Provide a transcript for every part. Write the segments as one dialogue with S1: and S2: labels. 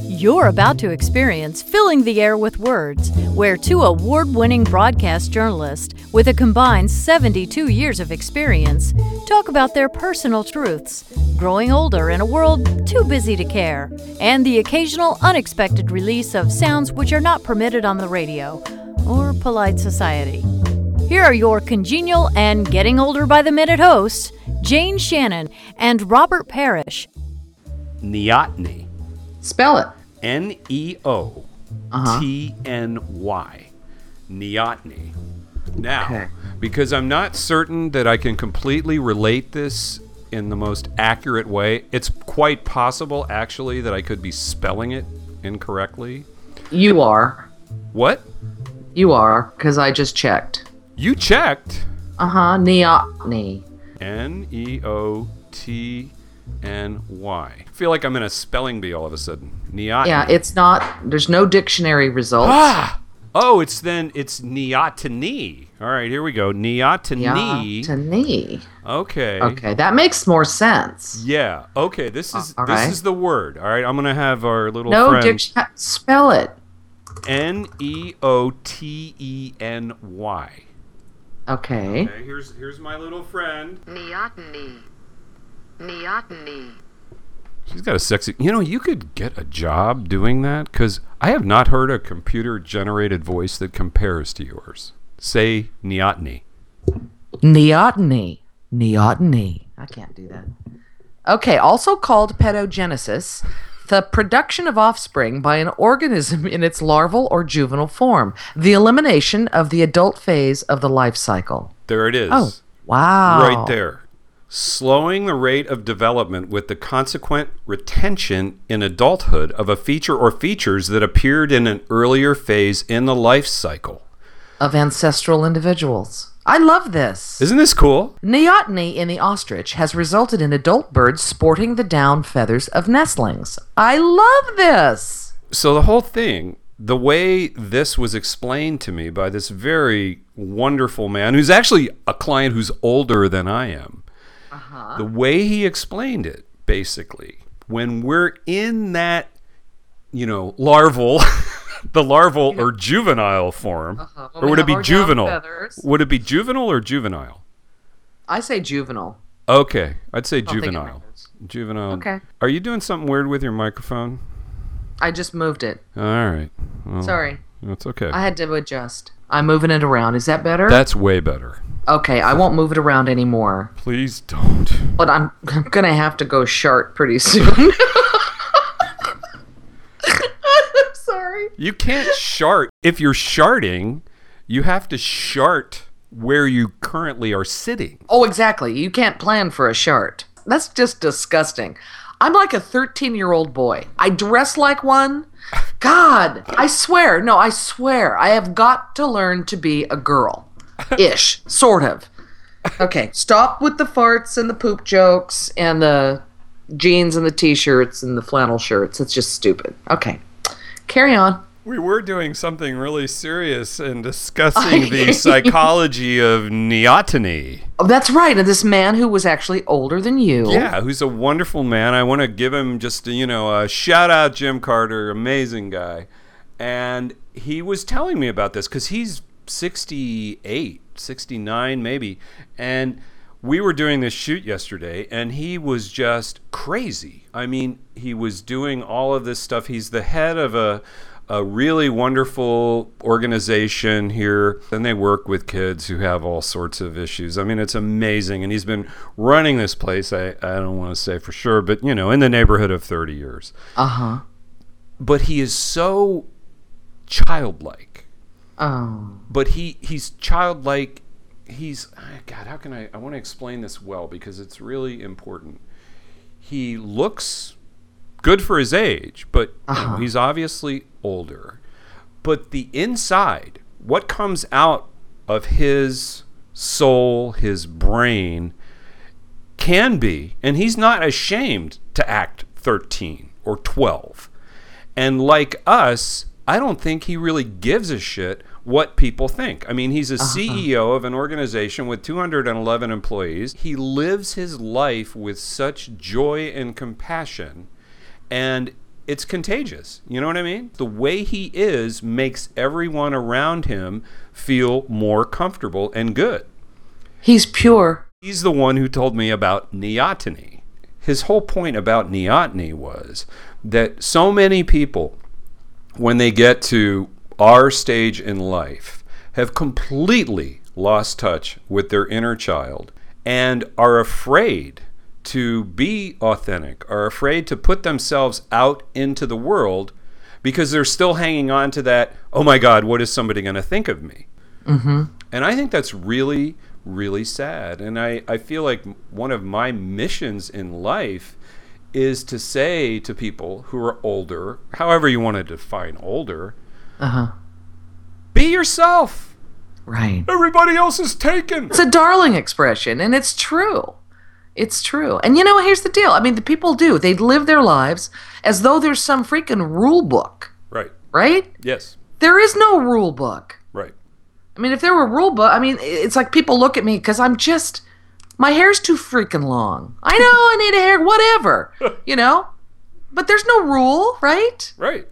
S1: You're about to experience Filling the Air with Words, where two award winning broadcast journalists with a combined 72 years of experience talk about their personal truths, growing older in a world too busy to care, and the occasional unexpected release of sounds which are not permitted on the radio or polite society. Here are your congenial and getting older by the minute hosts, Jane Shannon and Robert Parrish.
S2: Neoteny.
S3: Spell it.
S2: N E O
S3: Uh-huh.
S2: T N Y. Neoteny. Now,
S3: Okay.
S2: because I'm not certain that I can completely relate this in the most accurate way, it's quite possible actually that I could be spelling it incorrectly.
S3: You are.
S2: What?
S3: You are, because I just checked.
S2: You checked.
S3: Uh huh. Neoteny.
S2: N E O T N Y. I feel like I'm in a spelling bee all of a sudden. Neoteny.
S3: Yeah, it's not. There's no dictionary results.
S2: Ah! Oh, it's then it's neoteny. All right, here we go. Neoteny.
S3: Neoteny.
S2: Okay.
S3: Okay, that makes more sense.
S2: Yeah. Okay. This is
S3: all
S2: this
S3: right.
S2: is the word. All right. I'm gonna have our little
S3: No
S2: friend
S3: dictionary. Spell it.
S2: N E O T E N Y.
S3: Okay.
S2: Okay. Here's here's my little friend.
S4: Neoteny. Neoteny.
S2: She's got a sexy. You know, you could get a job doing that because I have not heard a computer generated voice that compares to yours. Say neoteny.
S3: Neoteny. Neoteny. I can't do that. Okay, also called pedogenesis, the production of offspring by an organism in its larval or juvenile form, the elimination of the adult phase of the life cycle.
S2: There it is.
S3: Oh, wow.
S2: right there. Slowing the rate of development with the consequent retention in adulthood of a feature or features that appeared in an earlier phase in the life cycle.
S3: Of ancestral individuals. I love this.
S2: Isn't this cool?
S3: Neoteny in the ostrich has resulted in adult birds sporting the down feathers of nestlings. I love this.
S2: So, the whole thing, the way this was explained to me by this very wonderful man who's actually a client who's older than I am,
S3: Uh-huh.
S2: the way he explained it, basically, when we're in that, you know, larval. The larval or juvenile form,
S3: when
S2: or
S3: Uh-huh. we
S2: would it
S3: have
S2: be
S3: our down
S2: juvenile?
S3: feathers.
S2: Would it be juvenile or juvenile?
S3: I say juvenile.
S2: Okay, I'd say
S3: think it
S2: juvenile. Juvenile.
S3: Okay.
S2: Are you doing something weird with your microphone?
S3: I just moved it.
S2: All right,
S3: Sorry.
S2: that's okay.
S3: I had to adjust. I'm moving it around. Is that better?
S2: That's way better.
S3: okay, I won't move it around anymore.
S2: Please don't.
S3: But I'm, I'm going to have to go sharp pretty soon. I'm sorry.
S2: You can't shart. If you're sharting, you have to shart where you currently are sitting.
S3: Oh, exactly. You can't plan for a shart. That's just disgusting. I'm like a 13 year old boy. I dress like one. God, I swear. No, I swear. I have got to learn to be a girl ish, sort of. Okay, stop with the farts and the poop jokes and the jeans and the t shirts and the flannel shirts. It's just stupid. Okay, carry on.
S2: We were doing something really serious and discussing the psychology of neoteny.
S3: Oh, that's right. And this man who was actually older than you.
S2: Yeah, who's a wonderful man. I want to give him just you know a shout out, Jim Carter, amazing guy. And he was telling me about this because he's 68, 69 maybe, and we were doing this shoot yesterday, and he was just crazy. I mean, he was doing all of this stuff. He's the head of a a really wonderful organization here and they work with kids who have all sorts of issues i mean it's amazing and he's been running this place i, I don't want to say for sure but you know in the neighborhood of 30 years
S3: Uh huh.
S2: but he is so childlike
S3: Oh.
S2: but he he's childlike he's ah, god how can i i want to explain this well because it's really important he looks good for his age but you know, he's obviously older but the inside what comes out of his soul his brain can be and he's not ashamed to act 13 or 12 and like us, I don't think he really gives a shit what people think. I mean, he's a CEO of an organization with 211 employees. He lives his life with such joy and compassion. And it's contagious. You know what I mean? The way he is makes everyone around him feel more comfortable and good.
S3: He's pure.
S2: He's the one who told me about neoteny. His whole point about neoteny was that so many people, when they get to our stage in life, have completely lost touch with their inner child and are afraid to be authentic, are afraid to put themselves out into the world because they're still hanging on to that, oh my God, what is somebody going to think of me? And I think that's really, really sad. And I, I feel like one of my missions in life is to say to people who are older, however you want to define older, be yourself.
S3: Uh-huh. Right.
S2: Everybody else is taken.
S3: It's a darling expression, and it's true. It's true. And you know, here's the deal. I mean, the people do. They live their lives as though there's some freaking rule book,
S2: Right.
S3: right?
S2: Yes.
S3: There is no rule book.
S2: Right.
S3: I mean, if there were rule book, I mean, i- it's like people look at me because I'm just, my hair's too freaking long. I know I need a hair, whatever, you know? But there's no rule, right?
S2: Right.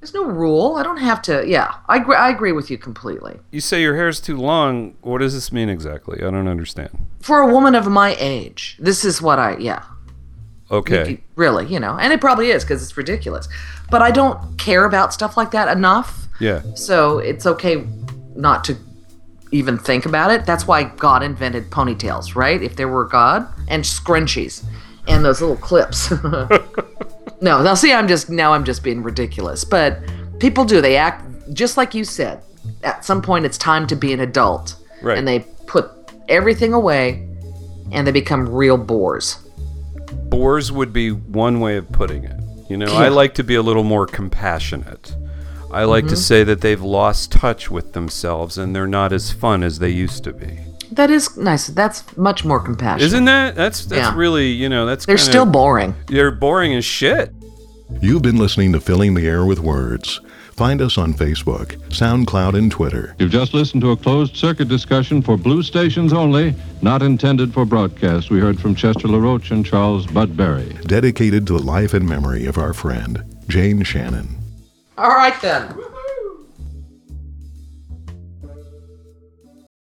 S3: There's no rule. I don't have to, yeah, I, gr- I agree with you completely.
S2: You say your hair's too long. What does this mean exactly? I don't understand.
S3: For a woman of my age, this is what I, yeah,
S2: Okay.
S3: really, you know, and it probably is because it's ridiculous. But I don't care about stuff like that enough.
S2: Yeah.
S3: So it's okay not to even think about it. That's why God invented ponytails, right? If there were God and scrunchies and those little clips. no, now see, I'm just now I'm just being ridiculous, but people do. They act just like you said. At some point, it's time to be an adult,
S2: Right.
S3: and they put everything away, and they become real bores.
S2: Boars would be one way of putting it. You know, I like to be a little more compassionate. I like
S3: Mm-hmm.
S2: to say that they've lost touch with themselves and they're not as fun as they used to be.
S3: That is nice. That's much more compassionate.
S2: Isn't that? That's that's
S3: Yeah.
S2: really, you know, that's
S3: They're
S2: kinda-
S3: still boring.
S2: They're boring as shit.
S5: You've been listening to Filling the Air with Words. Find us on Facebook, SoundCloud, and Twitter.
S6: You've just listened to a closed circuit discussion for blue stations only, not intended for broadcast. We heard from Chester LaRoche and Charles Budberry.
S5: dedicated to the life and memory of our friend, Jane Shannon.
S3: All right then.